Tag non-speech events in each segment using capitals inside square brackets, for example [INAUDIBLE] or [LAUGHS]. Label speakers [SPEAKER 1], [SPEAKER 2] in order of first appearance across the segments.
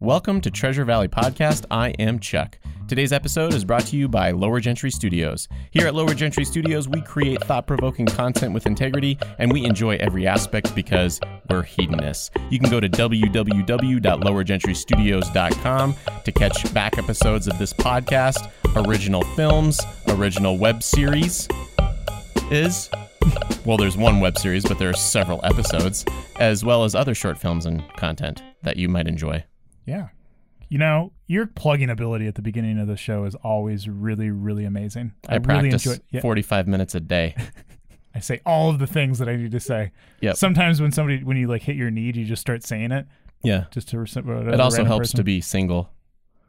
[SPEAKER 1] Welcome to Treasure Valley Podcast. I am Chuck. Today's episode is brought to you by Lower Gentry Studios. Here at Lower Gentry Studios, we create thought provoking content with integrity, and we enjoy every aspect because we're hedonists. You can go to www.lowergentrystudios.com to catch back episodes of this podcast, original films, original web series. Is [LAUGHS] well, there's one web series, but there are several episodes, as well as other short films and content that you might enjoy.
[SPEAKER 2] Yeah. You know, your plugging ability at the beginning of the show is always really, really amazing.
[SPEAKER 1] I, practice
[SPEAKER 2] really enjoy it. Yeah,
[SPEAKER 1] 45 minutes a
[SPEAKER 2] [LAUGHS]
[SPEAKER 1] day.
[SPEAKER 2] I say all of the things that I need to say.
[SPEAKER 1] Yep.
[SPEAKER 2] Sometimes when somebody, when you like hit your need, you just start saying it
[SPEAKER 1] Yeah.
[SPEAKER 2] just to. Res-
[SPEAKER 1] It also helps to be single.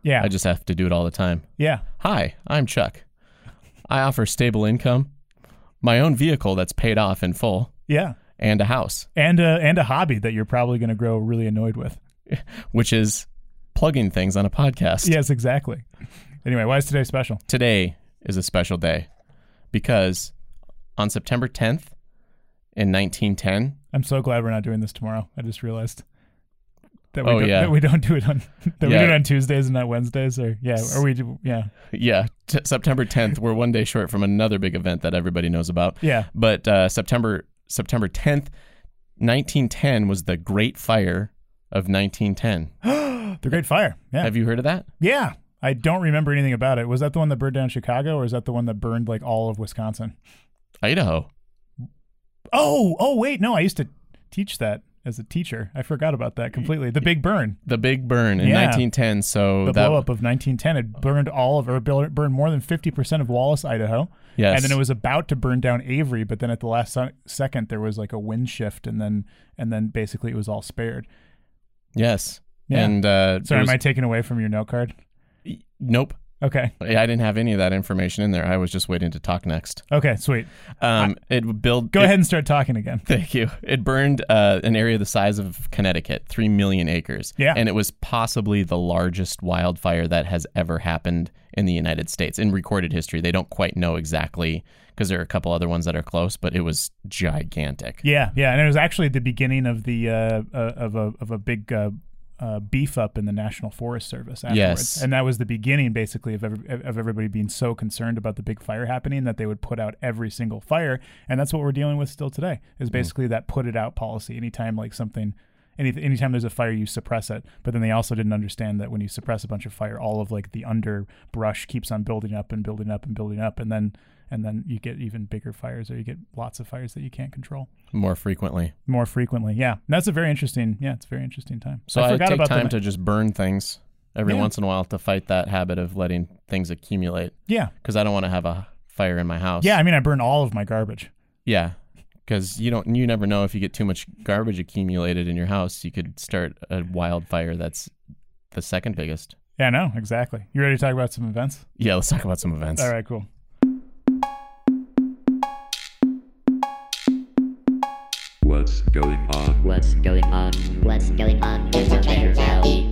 [SPEAKER 2] Yeah.
[SPEAKER 1] I just have to do it all the time.
[SPEAKER 2] yeah.
[SPEAKER 1] Hi, I'm Chuck. I offer stable income, my own vehicle that's paid off in full,
[SPEAKER 2] Yeah.
[SPEAKER 1] and a house,
[SPEAKER 2] And a, and a hobby that you're probably going to grow really annoyed with.
[SPEAKER 1] which is plugging things on a podcast.
[SPEAKER 2] Yes, exactly. Anyway, why is today special?
[SPEAKER 1] today is a special day because on September 10th in 1910,
[SPEAKER 2] I'm so glad we're not doing this tomorrow. I just realized that we,
[SPEAKER 1] Oh,
[SPEAKER 2] don't,
[SPEAKER 1] yeah.
[SPEAKER 2] that we don't do it on [LAUGHS] that we
[SPEAKER 1] Yeah.
[SPEAKER 2] do it on Tuesdays and not Wednesdays or yeah or we do yeah
[SPEAKER 1] yeah, t- September 10th, we're one day short from another big event that everybody knows about.
[SPEAKER 2] yeah
[SPEAKER 1] But uh, September September 10th, 1910 was the Great Fire of 1910.
[SPEAKER 2] the Great Fire yeah
[SPEAKER 1] Have you heard of that?
[SPEAKER 2] Yeah. I don't remember anything about it. Was that the one that burned down Chicago or is that the one that burned like all of Wisconsin?
[SPEAKER 1] Idaho.
[SPEAKER 2] Oh, oh wait, no, I used to teach that as a teacher. I forgot about that completely. The big burn.
[SPEAKER 1] The big burn in
[SPEAKER 2] Yeah.
[SPEAKER 1] 1910. So
[SPEAKER 2] The
[SPEAKER 1] that
[SPEAKER 2] blow up of 1910 had burned all of or bur- burned more than 50% of Wallace, Idaho.
[SPEAKER 1] Yes.
[SPEAKER 2] And then it was about to burn down Avery, but then at the last se- second there was like a wind shift and then and then basically it was all spared.
[SPEAKER 1] yes.
[SPEAKER 2] Yeah.
[SPEAKER 1] And uh,
[SPEAKER 2] Sorry,
[SPEAKER 1] it was-
[SPEAKER 2] am I taken away from your note card?
[SPEAKER 1] nope.
[SPEAKER 2] Okay.
[SPEAKER 1] I didn't have any of that information in there. I was just waiting to talk next.
[SPEAKER 2] Okay, sweet.
[SPEAKER 1] Um, it would build.
[SPEAKER 2] Go
[SPEAKER 1] it-
[SPEAKER 2] ahead and start talking again.
[SPEAKER 1] Thank you. It burned uh, an area the size of Connecticut, 3 million acres.
[SPEAKER 2] Yeah.
[SPEAKER 1] And it was possibly the largest wildfire that has ever happened in the United States in recorded history. They don't quite know exactly because there are a couple other ones that are close, but it was gigantic.
[SPEAKER 2] Yeah, yeah, and it was actually the beginning of the uh, uh, of a of a big uh, uh, beef up in the National Forest Service. Afterwards.
[SPEAKER 1] Yes.
[SPEAKER 2] and that was the beginning, basically, of every, of everybody being so concerned about the big fire happening that they would put out every single fire, and that's what we're dealing with still today. Is basically that put it out policy. Anytime like something. Any, anytime there's a fire, you suppress it. But then they also didn't understand that when you suppress a bunch of fire, all of like the underbrush keeps on building up and building up and building up, and then and then you get even bigger fires, or you get lots of fires that you can't control
[SPEAKER 1] More frequently.
[SPEAKER 2] more frequently. Yeah, And that's a very interesting. Yeah, it's a very interesting time.
[SPEAKER 1] So I,
[SPEAKER 2] forgot
[SPEAKER 1] take
[SPEAKER 2] about
[SPEAKER 1] time
[SPEAKER 2] the,
[SPEAKER 1] to just burn things every
[SPEAKER 2] Yeah.
[SPEAKER 1] once in a while to fight that habit of letting things accumulate
[SPEAKER 2] Yeah,
[SPEAKER 1] because I don't want to have a fire in my house.
[SPEAKER 2] yeah. I mean, I burned all of my garbage.
[SPEAKER 1] Yeah. Because you don't, you never know if you get too much garbage accumulated in your house, you could start a wildfire that's the second biggest.
[SPEAKER 2] Yeah, I know exactly. You ready to talk about some events?
[SPEAKER 1] Yeah, let's talk about some events.
[SPEAKER 2] All right, cool.
[SPEAKER 3] What's going on?
[SPEAKER 4] What's going on? What's going on? It's a Treasure Valley.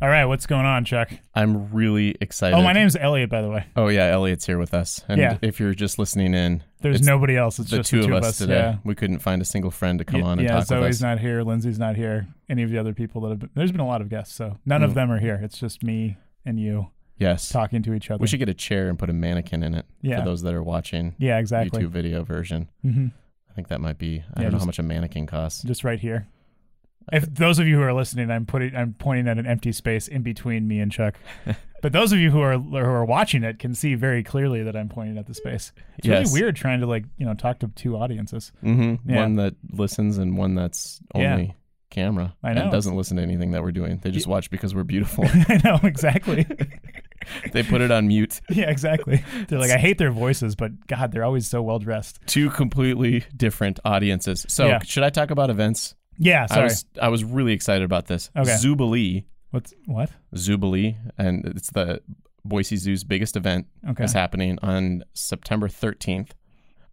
[SPEAKER 2] All right, what's going on, Chuck?
[SPEAKER 1] I'm really excited.
[SPEAKER 2] Oh, my name's Elliot, by the way.
[SPEAKER 1] Oh yeah, Elliot's here with us. And
[SPEAKER 2] Yeah.
[SPEAKER 1] if you're just listening in,
[SPEAKER 2] There's
[SPEAKER 1] it's
[SPEAKER 2] nobody else. It's
[SPEAKER 1] the
[SPEAKER 2] just
[SPEAKER 1] two,
[SPEAKER 2] the two
[SPEAKER 1] of us today.
[SPEAKER 2] Yeah.
[SPEAKER 1] We couldn't find a single friend to come
[SPEAKER 2] yeah,
[SPEAKER 1] on and
[SPEAKER 2] yeah,
[SPEAKER 1] talk
[SPEAKER 2] Zoe's
[SPEAKER 1] with us.
[SPEAKER 2] not here. Lindsay's not here. Any of the other people that have been there's been a lot of guests, so none
[SPEAKER 1] Mm.
[SPEAKER 2] of them are here. It's just me and you
[SPEAKER 1] yes.
[SPEAKER 2] talking to each other.
[SPEAKER 1] We should get a chair and put a mannequin in it
[SPEAKER 2] Yeah.
[SPEAKER 1] for those that are watching
[SPEAKER 2] yeah, exactly.
[SPEAKER 1] YouTube video version.
[SPEAKER 2] Mm-hmm.
[SPEAKER 1] I think that might be. I don't know
[SPEAKER 2] Yeah,
[SPEAKER 1] how
[SPEAKER 2] just-
[SPEAKER 1] much a mannequin costs.
[SPEAKER 2] just right here. If those of you who are listening, I'm putting I'm pointing at an empty space in between me and
[SPEAKER 1] [LAUGHS]
[SPEAKER 2] Chuck. but those of you who are who are watching it can see very clearly that I'm pointing at the space. It's
[SPEAKER 1] Yes.
[SPEAKER 2] really weird trying to like you know talk to two
[SPEAKER 1] [LAUGHS]
[SPEAKER 2] audiences. [LAUGHS]
[SPEAKER 1] Mm-hmm.
[SPEAKER 2] Yeah.
[SPEAKER 1] One that listens and one that's
[SPEAKER 2] Yeah.
[SPEAKER 1] only camera
[SPEAKER 2] I know.
[SPEAKER 1] and doesn't listen to anything that we're doing. They just watch because we're
[SPEAKER 2] [LAUGHS]
[SPEAKER 1] beautiful.
[SPEAKER 2] I know
[SPEAKER 1] [LAUGHS]
[SPEAKER 2] exactly.
[SPEAKER 1] they put it on mute.
[SPEAKER 2] yeah, exactly. They're like I hate their voices, but God, they're always so well dressed.
[SPEAKER 1] Two completely different audiences. So
[SPEAKER 2] Yeah.
[SPEAKER 1] should I talk about events?
[SPEAKER 2] Yeah,
[SPEAKER 1] I
[SPEAKER 2] sorry.
[SPEAKER 1] was I was really excited about this.
[SPEAKER 2] Okay.
[SPEAKER 1] Zubilee,
[SPEAKER 2] What's what?
[SPEAKER 1] Zubilee, and it's the Boise Zoo's biggest event
[SPEAKER 2] Okay.
[SPEAKER 1] is happening on September 13th,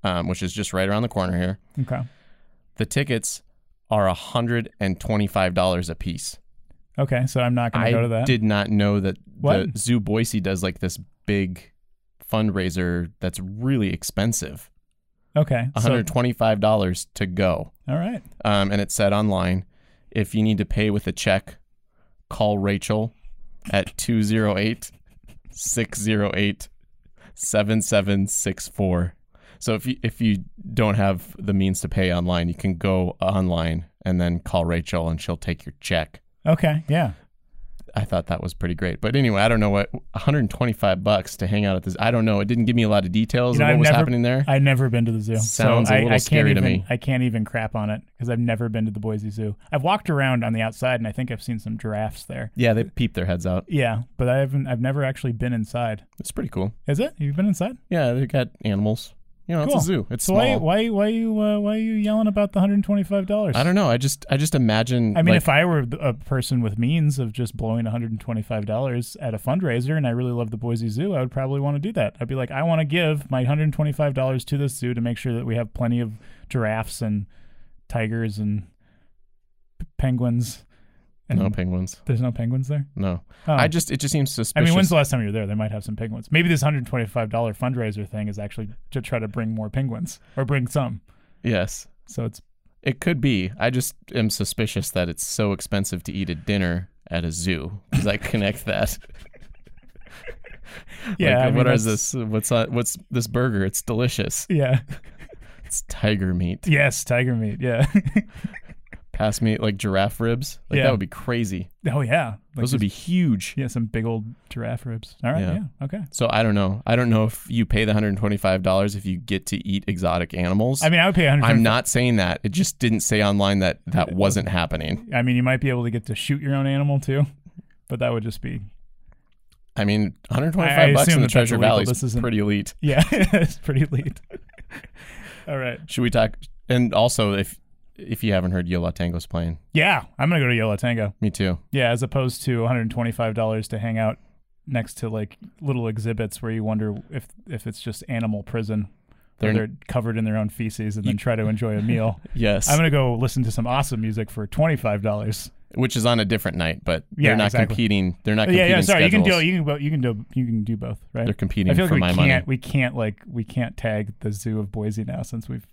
[SPEAKER 1] um, which is just right around the corner here.
[SPEAKER 2] Okay.
[SPEAKER 1] The tickets are $125 a piece.
[SPEAKER 2] Okay, so I'm not going
[SPEAKER 1] I
[SPEAKER 2] to go to that.
[SPEAKER 1] did not know that
[SPEAKER 2] What?
[SPEAKER 1] the Zoo Boise does like this big fundraiser that's really expensive.
[SPEAKER 2] okay. So,
[SPEAKER 1] $125 to go.
[SPEAKER 2] all right.
[SPEAKER 1] Um, and it said online if you need to pay with a check, call Rachel at 208 608 7764. So if you, if you don't have the means to pay online, you can go online and then call Rachel and she'll take your check.
[SPEAKER 2] Okay. Yeah.
[SPEAKER 1] I thought that was pretty great. But anyway, I don't know what 125 bucks to hang out at this. I don't know. It didn't give me a lot of details
[SPEAKER 2] You know,
[SPEAKER 1] of what
[SPEAKER 2] I've
[SPEAKER 1] was
[SPEAKER 2] never-
[SPEAKER 1] happening there.
[SPEAKER 2] I've never been to the zoo.
[SPEAKER 1] Sounds a
[SPEAKER 2] so I-
[SPEAKER 1] little
[SPEAKER 2] I, can't
[SPEAKER 1] scary to
[SPEAKER 2] even,
[SPEAKER 1] me.
[SPEAKER 2] I can't even crap on it because I've never been to the Boise Zoo. I've walked around on the outside and I think I've seen some giraffes there.
[SPEAKER 1] yeah, they peeped their heads out.
[SPEAKER 2] Yeah, but I haven't. I've never actually been inside.
[SPEAKER 1] It's pretty cool.
[SPEAKER 2] Is it? You've been inside?
[SPEAKER 1] Yeah, they got animals. You know,
[SPEAKER 2] Cool.
[SPEAKER 1] it's a zoo. It's
[SPEAKER 2] So
[SPEAKER 1] small.
[SPEAKER 2] why why why you uh, why are you yelling about the hundred and twenty five dollars?
[SPEAKER 1] I don't know. I just I just imagine.
[SPEAKER 2] I mean,
[SPEAKER 1] like,
[SPEAKER 2] if I were th- a person with means of just blowing one hundred and twenty five dollars at a fundraiser, and I really love the Boise Zoo, I would probably want to do that. I'd be like, I want to give my one hundred and twenty five dollars to this zoo to make sure that we have plenty of giraffes and tigers and p- penguins. And
[SPEAKER 1] no penguins.
[SPEAKER 2] there's no penguins there.
[SPEAKER 1] No,
[SPEAKER 2] Oh.
[SPEAKER 1] I just it just seems
[SPEAKER 2] I
[SPEAKER 1] suspicious.
[SPEAKER 2] mean, when's the last time you were there? They might have some penguins. Maybe this hundred twenty-five dollar fundraiser thing is actually to try to bring more penguins or bring some.
[SPEAKER 1] yes,
[SPEAKER 2] So it's
[SPEAKER 1] it could be. I just am suspicious that it's so expensive to eat a dinner at a zoo because I connect that.
[SPEAKER 2] [LAUGHS] yeah.
[SPEAKER 1] Like,
[SPEAKER 2] I mean,
[SPEAKER 1] what is
[SPEAKER 2] that's-
[SPEAKER 1] this? What's on, what's this burger? It's delicious.
[SPEAKER 2] [LAUGHS] Yeah.
[SPEAKER 1] It's tiger meat.
[SPEAKER 2] Yes, tiger meat. Yeah. [LAUGHS]
[SPEAKER 1] Pass me like giraffe ribs. Like
[SPEAKER 2] Yeah.
[SPEAKER 1] that would be crazy.
[SPEAKER 2] oh yeah. Like
[SPEAKER 1] Those would be huge.
[SPEAKER 2] yeah some big old giraffe ribs. All right.
[SPEAKER 1] Yeah.
[SPEAKER 2] Yeah. Okay.
[SPEAKER 1] So I don't know. I don't know if you pay the hundred twenty five dollars if you get to eat exotic animals.
[SPEAKER 2] I mean, I would pay one
[SPEAKER 1] I'm
[SPEAKER 2] hundred.
[SPEAKER 1] not saying that. It just didn't say online that that wasn't happening.
[SPEAKER 2] I mean, you might be able to get to shoot your own animal too, but that would just be
[SPEAKER 1] I mean, 125
[SPEAKER 2] I- I
[SPEAKER 1] bucks in
[SPEAKER 2] assume
[SPEAKER 1] the
[SPEAKER 2] that that's
[SPEAKER 1] Treasure
[SPEAKER 2] illegal.
[SPEAKER 1] Valley
[SPEAKER 2] This
[SPEAKER 1] is
[SPEAKER 2] isn't-
[SPEAKER 1] pretty elite.
[SPEAKER 2] yeah. [LAUGHS] it's pretty late. [LAUGHS] All right.
[SPEAKER 1] Should we talk? And also, if if you haven't heard, Yola Tango's playing.
[SPEAKER 2] Yeah, I'm gonna go to Yola Tango.
[SPEAKER 1] Me too.
[SPEAKER 2] Yeah, as opposed to $125 to hang out next to like little exhibits where you wonder if if it's just animal prison. They're,
[SPEAKER 1] They're-
[SPEAKER 2] they're covered in their own feces and then try to enjoy
[SPEAKER 1] [LAUGHS]
[SPEAKER 2] a meal.
[SPEAKER 1] Yes,
[SPEAKER 2] I'm gonna go listen to some awesome music for twenty-five dollars.
[SPEAKER 1] which is on a different night, but
[SPEAKER 2] Yeah,
[SPEAKER 1] they're not
[SPEAKER 2] exactly.
[SPEAKER 1] competing. They're not
[SPEAKER 2] Yeah,
[SPEAKER 1] competing.
[SPEAKER 2] yeah. Sorry,
[SPEAKER 1] schedules.
[SPEAKER 2] you can do you can both you can do you can do both, right?
[SPEAKER 1] They're competing
[SPEAKER 2] I feel like
[SPEAKER 1] for
[SPEAKER 2] we
[SPEAKER 1] my
[SPEAKER 2] can't
[SPEAKER 1] money.
[SPEAKER 2] we can't like we can't tag the zoo of Boise now since we've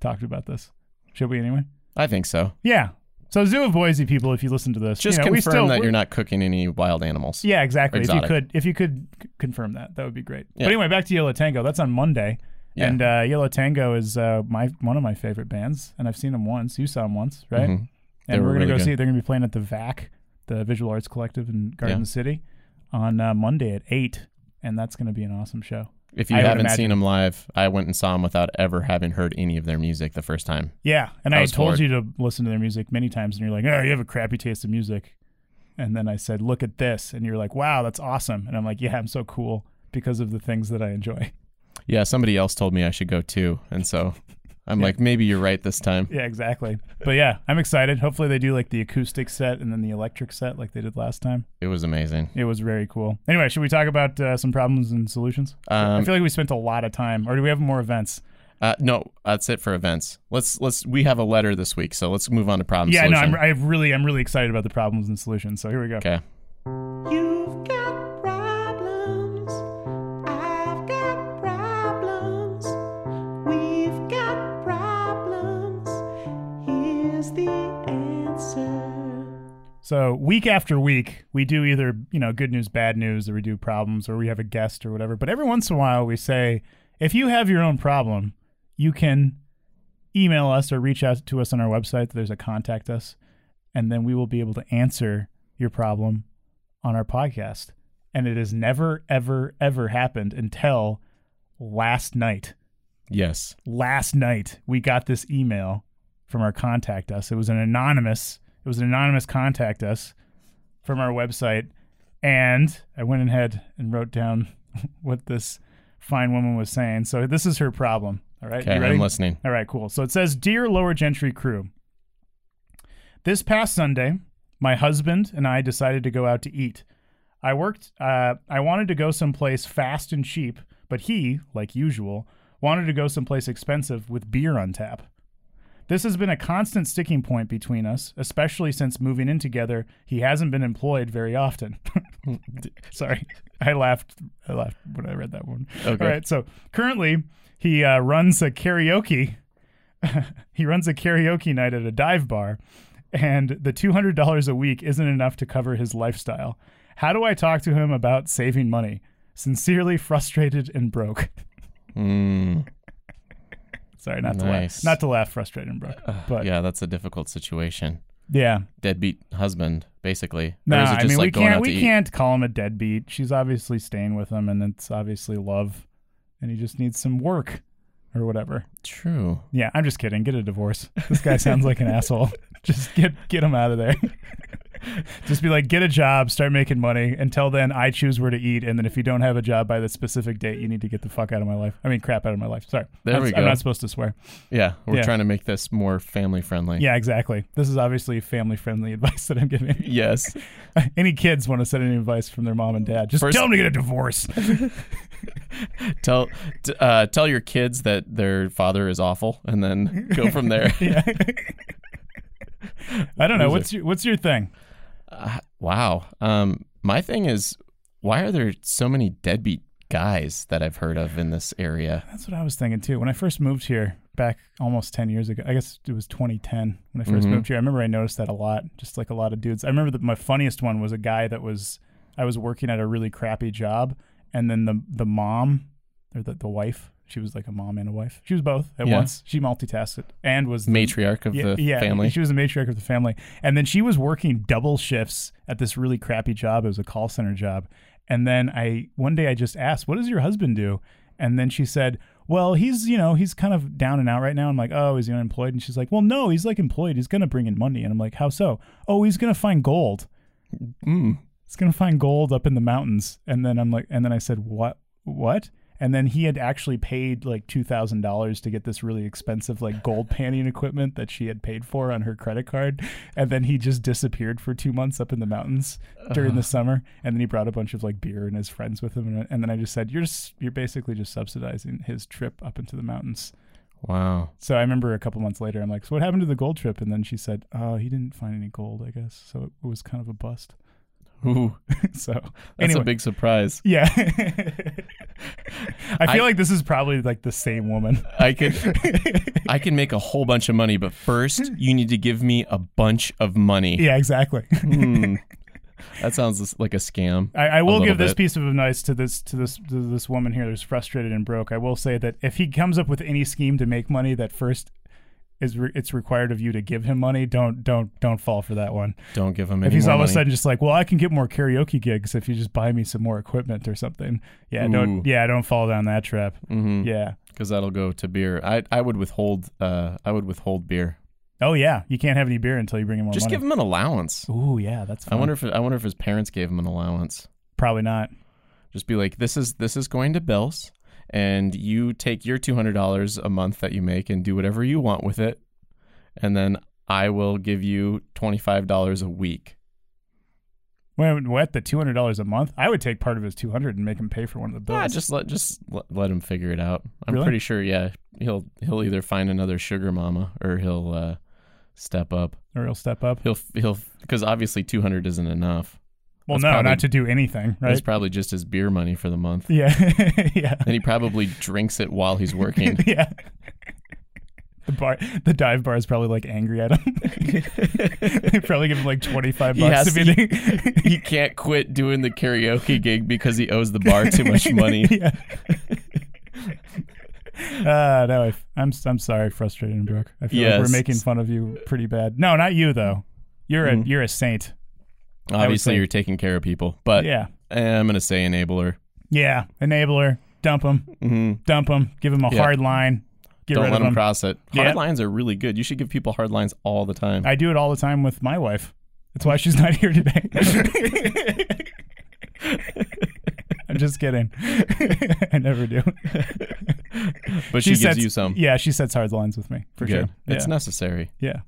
[SPEAKER 2] talked about this. Should we anyway?
[SPEAKER 1] I think so.
[SPEAKER 2] Yeah. So zoo of Boise people, if you listen to this,
[SPEAKER 1] Just
[SPEAKER 2] you know, we
[SPEAKER 1] confirm
[SPEAKER 2] still,
[SPEAKER 1] that
[SPEAKER 2] we're-
[SPEAKER 1] you're not cooking any wild animals.
[SPEAKER 2] Yeah, exactly. If
[SPEAKER 1] exotic.
[SPEAKER 2] you could, if you could c- confirm that, that would be great.
[SPEAKER 1] Yeah.
[SPEAKER 2] But anyway, back to Yellow Tango. That's on Monday,
[SPEAKER 1] Yeah.
[SPEAKER 2] and uh, Yellow Tango is uh, my one of my favorite bands, and I've seen them once. You saw them once, right?
[SPEAKER 1] Mhm. They
[SPEAKER 2] And
[SPEAKER 1] were
[SPEAKER 2] we're gonna
[SPEAKER 1] really
[SPEAKER 2] go
[SPEAKER 1] good.
[SPEAKER 2] see. They're gonna be playing at the VAC, the Visual Arts Collective in Garden
[SPEAKER 1] Yeah.
[SPEAKER 2] City, on uh, Monday at eight, and that's gonna be an awesome show.
[SPEAKER 1] If you
[SPEAKER 2] I would
[SPEAKER 1] haven't
[SPEAKER 2] imagine-
[SPEAKER 1] seen them live, I went and saw them without ever having heard any of their music the first time.
[SPEAKER 2] Yeah, and
[SPEAKER 1] I
[SPEAKER 2] I,
[SPEAKER 1] was
[SPEAKER 2] told
[SPEAKER 1] bored.
[SPEAKER 2] you to listen to their music many times, and you're like, "Oh, you have a crappy taste of music." And then I said, "Look at this," and you're like, "Wow, that's awesome." And I'm like, "Yeah, I'm so cool because of the things that I enjoy." [LAUGHS]
[SPEAKER 1] Yeah, somebody else told me I should go too, and so I'm like, maybe you're right this time.
[SPEAKER 2] Yeah, exactly. But yeah, I'm excited. Hopefully they do like the acoustic set and then the electric set like they did last time.
[SPEAKER 1] It was amazing.
[SPEAKER 2] It was very cool. Anyway, should we talk about uh, some problems and solutions?
[SPEAKER 1] Um,
[SPEAKER 2] I feel like we spent a lot of time. Or do we have more events?
[SPEAKER 1] Uh, no, that's it for events. Let's let's we have a letter this week, so let's move on to problem
[SPEAKER 2] Yeah,
[SPEAKER 1] solution.
[SPEAKER 2] no, I'm, I really, I'm really excited about the problems and solutions. So here we go.
[SPEAKER 1] okay.
[SPEAKER 5] You've got problems. I've got problems. We've got problems. Here's the answer.
[SPEAKER 2] So week after week, we do either you know good news, bad news, or we do problems, or we have a guest or whatever. But every once in a while, we say if you have your own problem, you can email us or reach out to us on our website. There's a contact us, and then we will be able to answer your problem on our podcast. And it has never, ever, ever happened until last night
[SPEAKER 1] Yes.
[SPEAKER 2] last night we got this email from our contact us. It was an anonymous. It was an anonymous contact us from our website, and I went ahead and wrote down [LAUGHS] what this fine woman was saying. So this is her problem. All right,
[SPEAKER 1] Okay,
[SPEAKER 2] you ready?
[SPEAKER 1] I'm listening.
[SPEAKER 2] All right, cool. So it says, Dear Lower Gentry crew, this past Sunday, my husband and I decided to go out to eat. I worked, uh, I wanted to go someplace fast and cheap, but he, like usual, wanted to go someplace expensive with beer on tap. This has been a constant sticking point between us, especially since moving in together, he hasn't been employed very often. [LAUGHS] Sorry, I laughed. I laughed when I read that one.
[SPEAKER 1] Okay.
[SPEAKER 2] All right, so currently he [LAUGHS] uh, runs a karaoke. he runs a karaoke night at a dive bar, and the $200 a week isn't enough to cover his lifestyle. How do I talk to him about saving money? Sincerely frustrated and broke. [LAUGHS]
[SPEAKER 1] Mm,
[SPEAKER 2] Sorry, not
[SPEAKER 1] Nice. Uh,
[SPEAKER 2] to laugh. Not to laugh, frustrated and broke. But yeah,
[SPEAKER 1] yeah, that's a difficult situation.
[SPEAKER 2] yeah.
[SPEAKER 1] Deadbeat husband, basically.
[SPEAKER 2] no,
[SPEAKER 1] or is it
[SPEAKER 2] I
[SPEAKER 1] just
[SPEAKER 2] mean
[SPEAKER 1] like
[SPEAKER 2] we
[SPEAKER 1] going
[SPEAKER 2] can't
[SPEAKER 1] out to
[SPEAKER 2] we
[SPEAKER 1] eat?
[SPEAKER 2] can't call him a deadbeat. She's obviously staying with him, and it's obviously love, and he just needs some work or whatever.
[SPEAKER 1] True.
[SPEAKER 2] Yeah, I'm just kidding. Get a divorce. This guy
[SPEAKER 1] [LAUGHS]
[SPEAKER 2] sounds like an asshole. Just get get him out of there. [LAUGHS] just be like, get a job, start making money. Until then, I choose where to eat, and then if you don't have a job by this specific date, you need to get the fuck out of my life. I mean, crap out of my life. Sorry,
[SPEAKER 1] There
[SPEAKER 2] I'm,
[SPEAKER 1] we
[SPEAKER 2] I'm
[SPEAKER 1] go.
[SPEAKER 2] not supposed to swear.
[SPEAKER 1] Yeah, we're
[SPEAKER 2] Yeah.
[SPEAKER 1] trying to make this more family friendly.
[SPEAKER 2] Yeah, exactly. This is obviously family friendly [LAUGHS] advice that I'm giving.
[SPEAKER 1] Yes.
[SPEAKER 2] any kids want to send any advice from their mom and dad, just
[SPEAKER 1] First-
[SPEAKER 2] tell them to get a divorce.
[SPEAKER 1] tell t- uh, tell your kids that their father is awful, and
[SPEAKER 2] [LAUGHS]
[SPEAKER 1] then go from there.
[SPEAKER 2] yeah. I don't know.
[SPEAKER 1] Loser.
[SPEAKER 2] What's your what's your thing?
[SPEAKER 1] Uh, wow. Um, my thing is, why are there so many deadbeat guys that I've heard of in this area?
[SPEAKER 2] That's what I was thinking too. When I first moved here back almost 10 years ago, I guess it was 2010 when I 1st
[SPEAKER 1] Mhm.
[SPEAKER 2] moved here, I remember I noticed that a lot, just like a lot of dudes. I remember that my funniest one was a guy that was, I was working at a really crappy job, and then the, the mom or the, the wife, she was like a mom and a wife. She was both at
[SPEAKER 1] Yeah.
[SPEAKER 2] once. She multitasked and was the-
[SPEAKER 1] Matriarch of the family.
[SPEAKER 2] [LAUGHS] She was the matriarch of the family. And then she was working double shifts at this really crappy job. It was a call center job. And then I one day I just asked, What does your husband do? And then she said, Well, he's, you know, he's kind of down and out right now. I'm like, Oh, is he unemployed? And she's like, Well, no, he's like employed. He's gonna bring in money. And I'm like, How so? Oh, he's gonna find gold.
[SPEAKER 1] Mm.
[SPEAKER 2] He's gonna find gold up in the mountains. And then I'm like and then I said, What what? And then he had actually paid like two thousand dollars to get this really expensive like gold panning equipment that she had paid for on her credit card. And then he just disappeared for two months up in the mountains during the summer. And then he brought a bunch of like beer and his friends with him. And, and then I just said, "You're s you're basically just subsidizing his trip up into the mountains."
[SPEAKER 1] Wow.
[SPEAKER 2] So I remember a couple months later, I'm like, "So what happened to the gold trip?" And then she said, "Oh, he didn't find any gold, I guess. So it was kind of a bust." [LAUGHS]
[SPEAKER 1] Ooh,
[SPEAKER 2] so
[SPEAKER 1] that's
[SPEAKER 2] anyway.
[SPEAKER 1] a big surprise.
[SPEAKER 2] Yeah.
[SPEAKER 1] [LAUGHS]
[SPEAKER 2] I
[SPEAKER 1] I-
[SPEAKER 2] feel like this is probably like the same woman. [LAUGHS]
[SPEAKER 1] I could I can make a whole bunch of money, but
[SPEAKER 2] [LAUGHS]
[SPEAKER 1] first you need to give me a bunch of money.
[SPEAKER 2] Yeah, exactly.
[SPEAKER 1] Hmm. That sounds like a scam.
[SPEAKER 2] I, I will
[SPEAKER 1] little
[SPEAKER 2] give this
[SPEAKER 1] bit.
[SPEAKER 2] piece of advice to this to this to this woman here who's frustrated and broke. I will say that if he comes up with any scheme to make money, that first is re- it's required of you to give him money. Don't don't don't fall for that one.
[SPEAKER 1] Don't give him
[SPEAKER 2] If
[SPEAKER 1] any
[SPEAKER 2] he's
[SPEAKER 1] more
[SPEAKER 2] all of a
[SPEAKER 1] money.
[SPEAKER 2] sudden just like, well, I can get more karaoke gigs if you just buy me some more equipment or something. Yeah,
[SPEAKER 1] Ooh.
[SPEAKER 2] don't yeah, don't fall down that trap.
[SPEAKER 1] Mhm.
[SPEAKER 2] Yeah.
[SPEAKER 1] because that'll go to beer. I I would withhold. Uh, I would withhold beer.
[SPEAKER 2] Oh yeah, you can't have any beer until you bring him more
[SPEAKER 1] Just
[SPEAKER 2] money.
[SPEAKER 1] give him an allowance.
[SPEAKER 2] Ooh yeah, that's.
[SPEAKER 1] I
[SPEAKER 2] Fun.
[SPEAKER 1] wonder if I wonder if his parents gave him an allowance.
[SPEAKER 2] Probably not.
[SPEAKER 1] Just be like, this is this is going to bills, and you take your two hundred dollars a month that you make and do whatever you want with it, and then I will give you twenty five dollars a week.
[SPEAKER 2] Wait, what? The two hundred dollars a month? I would take part of his two hundred and make him pay for one of the bills.
[SPEAKER 1] Yeah, just let just let, let him figure it out. I'm
[SPEAKER 2] Really?
[SPEAKER 1] pretty sure. Yeah, he'll he'll either find another sugar mama or he'll uh, step up.
[SPEAKER 2] or he'll step up.
[SPEAKER 1] He'll he'll because obviously two hundred isn't enough.
[SPEAKER 2] Well,
[SPEAKER 1] that's
[SPEAKER 2] no,
[SPEAKER 1] probably-
[SPEAKER 2] not to do anything,
[SPEAKER 1] That's
[SPEAKER 2] right?
[SPEAKER 1] probably just his beer money for the month.
[SPEAKER 2] yeah, [LAUGHS] yeah,
[SPEAKER 1] And he probably drinks it while he's
[SPEAKER 2] [LAUGHS]
[SPEAKER 1] working.
[SPEAKER 2] yeah. The bar, the dive bar is probably like angry at him. [LAUGHS] they probably give him like twenty five
[SPEAKER 1] He
[SPEAKER 2] bucks
[SPEAKER 1] has-
[SPEAKER 2] if
[SPEAKER 1] [LAUGHS]
[SPEAKER 2] he,
[SPEAKER 1] he can't quit doing the karaoke gig because he owes the bar too
[SPEAKER 2] [LAUGHS]
[SPEAKER 1] much money.
[SPEAKER 2] yeah. Ah, no, I, I'm I'm sorry, frustrated and broke. I feel like
[SPEAKER 1] Yes.
[SPEAKER 2] we're making fun of you pretty bad. No, not you though. You're
[SPEAKER 1] Mm-hmm.
[SPEAKER 2] a you're a saint.
[SPEAKER 1] Obviously,
[SPEAKER 2] say-
[SPEAKER 1] you're taking care of people, but
[SPEAKER 2] Yeah.
[SPEAKER 1] eh, I'm going to say enabler.
[SPEAKER 2] Yeah, enabler, dump him, dump him, give him a
[SPEAKER 1] Yeah.
[SPEAKER 2] hard line, get
[SPEAKER 1] Don't
[SPEAKER 2] rid
[SPEAKER 1] let
[SPEAKER 2] of
[SPEAKER 1] them
[SPEAKER 2] him.
[SPEAKER 1] cross it. Hard
[SPEAKER 2] Yeah.
[SPEAKER 1] lines are really good. You should give people hard lines all the time.
[SPEAKER 2] I [LAUGHS] do it all the time with my wife. That's why she's not here today. I'm just kidding. [LAUGHS] I never do.
[SPEAKER 1] [LAUGHS] but she, gives
[SPEAKER 2] sets,
[SPEAKER 1] you some.
[SPEAKER 2] Yeah, she sets hard lines with me for
[SPEAKER 1] good.
[SPEAKER 2] sure. Yeah.
[SPEAKER 1] It's necessary.
[SPEAKER 2] yeah.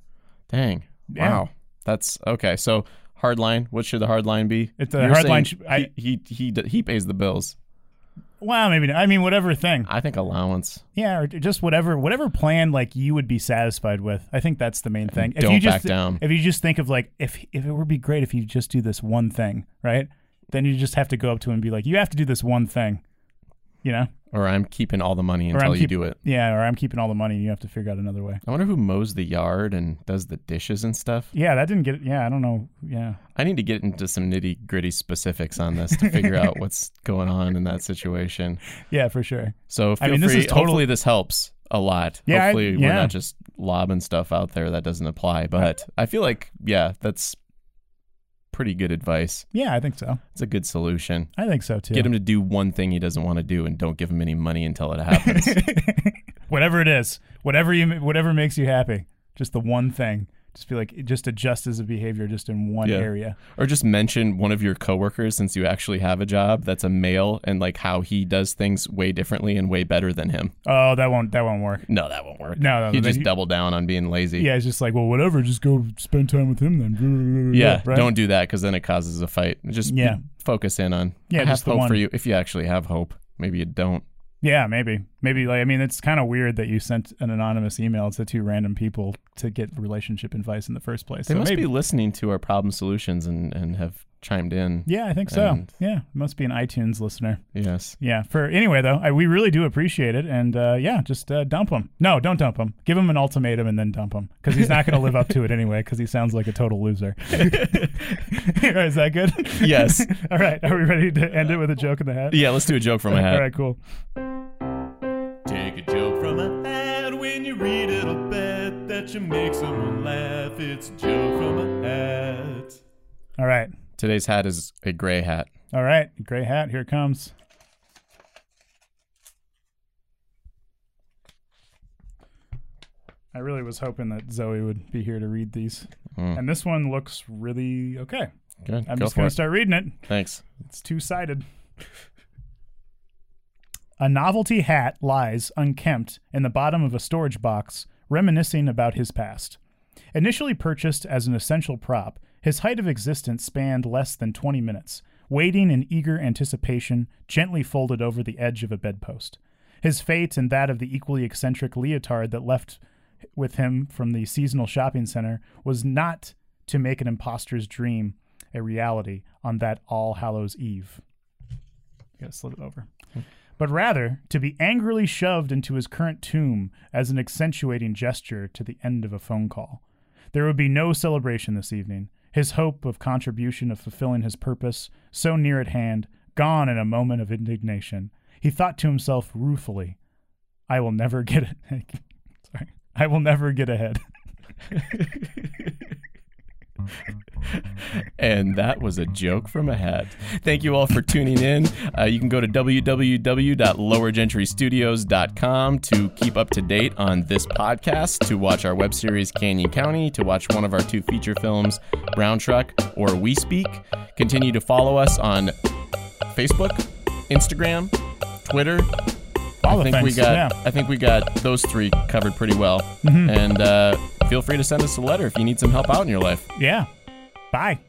[SPEAKER 1] Dang.
[SPEAKER 2] Yeah.
[SPEAKER 1] Wow. That's okay. So, hard line. What should the hard line be?
[SPEAKER 2] It's a
[SPEAKER 1] You're
[SPEAKER 2] hard
[SPEAKER 1] saying
[SPEAKER 2] line sh- I-
[SPEAKER 1] he, he, he, d- he pays the bills.
[SPEAKER 2] Well, maybe not. I mean whatever thing.
[SPEAKER 1] I think allowance.
[SPEAKER 2] Yeah, or just whatever whatever plan like you would be satisfied with. I think that's the main thing. If
[SPEAKER 1] don't
[SPEAKER 2] you just,
[SPEAKER 1] back down.
[SPEAKER 2] If you just think of like if if it would be great if you just do this one thing, right? Then you just have to go up to him and be like, "You have to do this one thing." you know,
[SPEAKER 1] Or I'm keeping all the money
[SPEAKER 2] Or I'm
[SPEAKER 1] until you
[SPEAKER 2] keep-
[SPEAKER 1] do it.
[SPEAKER 2] yeah, or I'm keeping all the money. You have to figure out another way.
[SPEAKER 1] I wonder who mows the yard and does the dishes and stuff.
[SPEAKER 2] Yeah, that didn't get. Yeah, I don't know. Yeah,
[SPEAKER 1] I need to get into some nitty gritty specifics on this to figure
[SPEAKER 2] [LAUGHS]
[SPEAKER 1] out what's going on in that situation.
[SPEAKER 2] yeah, for sure.
[SPEAKER 1] So feel
[SPEAKER 2] I mean, this
[SPEAKER 1] free.
[SPEAKER 2] is total-
[SPEAKER 1] Hopefully, this helps a lot.
[SPEAKER 2] Yeah, I-
[SPEAKER 1] Hopefully, we're
[SPEAKER 2] yeah.
[SPEAKER 1] not just lobbing stuff out there that doesn't apply. But I feel like, yeah, that's pretty good advice.
[SPEAKER 2] Yeah, I think so.
[SPEAKER 1] It's a good solution.
[SPEAKER 2] I think so too.
[SPEAKER 1] Get him to do one thing he doesn't want to do, and don't give him any money until it happens.
[SPEAKER 2] whatever it is, whatever you, whatever makes you happy, just the one thing. Just be like, just adjust as a behavior just in one
[SPEAKER 1] Yeah.
[SPEAKER 2] area.
[SPEAKER 1] or just mention one of your coworkers, since you actually have a job that's a male, and like how he does things way differently and way better than him.
[SPEAKER 2] Oh, that won't that won't work.
[SPEAKER 1] No, that won't work.
[SPEAKER 2] No, no,
[SPEAKER 1] he
[SPEAKER 2] then
[SPEAKER 1] just
[SPEAKER 2] you-
[SPEAKER 1] double down on being lazy.
[SPEAKER 2] Yeah, it's just like, well, whatever. Just go spend time with him then. [LAUGHS]
[SPEAKER 1] Yeah,
[SPEAKER 2] Right?
[SPEAKER 1] don't do that because then it causes a fight. Just
[SPEAKER 2] Yeah.
[SPEAKER 1] focus in on
[SPEAKER 2] Yeah,
[SPEAKER 1] I have
[SPEAKER 2] just the
[SPEAKER 1] hope for
[SPEAKER 2] one.
[SPEAKER 1] you if you actually have hope. Maybe you don't.
[SPEAKER 2] Yeah, maybe, maybe. Like, I mean, it's kind of weird that you sent an anonymous email to two random people to get relationship advice in the first place.
[SPEAKER 1] They
[SPEAKER 2] so
[SPEAKER 1] must
[SPEAKER 2] maybe,
[SPEAKER 1] be listening to our problem solutions and, and have chimed in.
[SPEAKER 2] Yeah, I think so.
[SPEAKER 1] And-
[SPEAKER 2] yeah, must be an iTunes listener. [LAUGHS]
[SPEAKER 1] Yes. [LAUGHS]
[SPEAKER 2] Yeah. For anyway, though, I, we really do appreciate it, and uh, yeah, just uh, dump him. No, don't dump him. Give him an ultimatum and then dump him because he's not going to live up to it anyway. Because he sounds like a total loser. [LAUGHS] Is that good?
[SPEAKER 1] Yes.
[SPEAKER 2] [LAUGHS] All right. Are we ready to end it with a joke in the hat?
[SPEAKER 1] Yeah, let's do a joke from a hat.
[SPEAKER 2] All right. Cool.
[SPEAKER 1] Take a joke from a hat when you read it, I'll bet that you make someone laugh. It's a joke from a hat.
[SPEAKER 2] All right.
[SPEAKER 1] Today's hat is a gray hat.
[SPEAKER 2] All right. Gray hat. Here it comes. I really was hoping that Zoe would be here to read these. And this one looks really okay.
[SPEAKER 1] Good.
[SPEAKER 2] I'm
[SPEAKER 1] Hmm. Go
[SPEAKER 2] just
[SPEAKER 1] for
[SPEAKER 2] going
[SPEAKER 1] it.
[SPEAKER 2] to start reading it.
[SPEAKER 1] Thanks.
[SPEAKER 2] It's two sided. A novelty hat lies unkempt in the bottom of a storage box, reminiscing about his past. Initially purchased as an essential prop, his height of existence spanned less than 20 minutes, waiting in eager anticipation, gently folded over the edge of a bedpost. His fate and that of the equally eccentric leotard that left with him from the seasonal shopping center was not to make an imposter's dream a reality on that All Hallows Eve. I gotta slip it over. But rather to be angrily shoved into his current tomb as an accentuating gesture to the end of a phone call. There would be no celebration this evening. His hope of contribution of fulfilling his purpose, so near at hand, gone in a moment of indignation. He thought to himself ruefully, I will never [LAUGHS] get it. Sorry. I will never get ahead. [LAUGHS]
[SPEAKER 1] And that was a joke from a hat. Thank you all for tuning in. Uh, you can go to www.lowergentrystudios.com to keep up to date on this podcast, to watch our web series Canyon County, to watch one of our two feature films, Brown Truck or We Speak. Continue to follow us on Facebook, Instagram, Twitter.
[SPEAKER 2] All
[SPEAKER 1] I
[SPEAKER 2] the
[SPEAKER 1] think we
[SPEAKER 2] things,
[SPEAKER 1] got.
[SPEAKER 2] yeah. Mm-hmm.
[SPEAKER 1] I think we got those three covered pretty well. And uh, feel free to send us a letter if you need some help out in your life.
[SPEAKER 2] Yeah. Bye.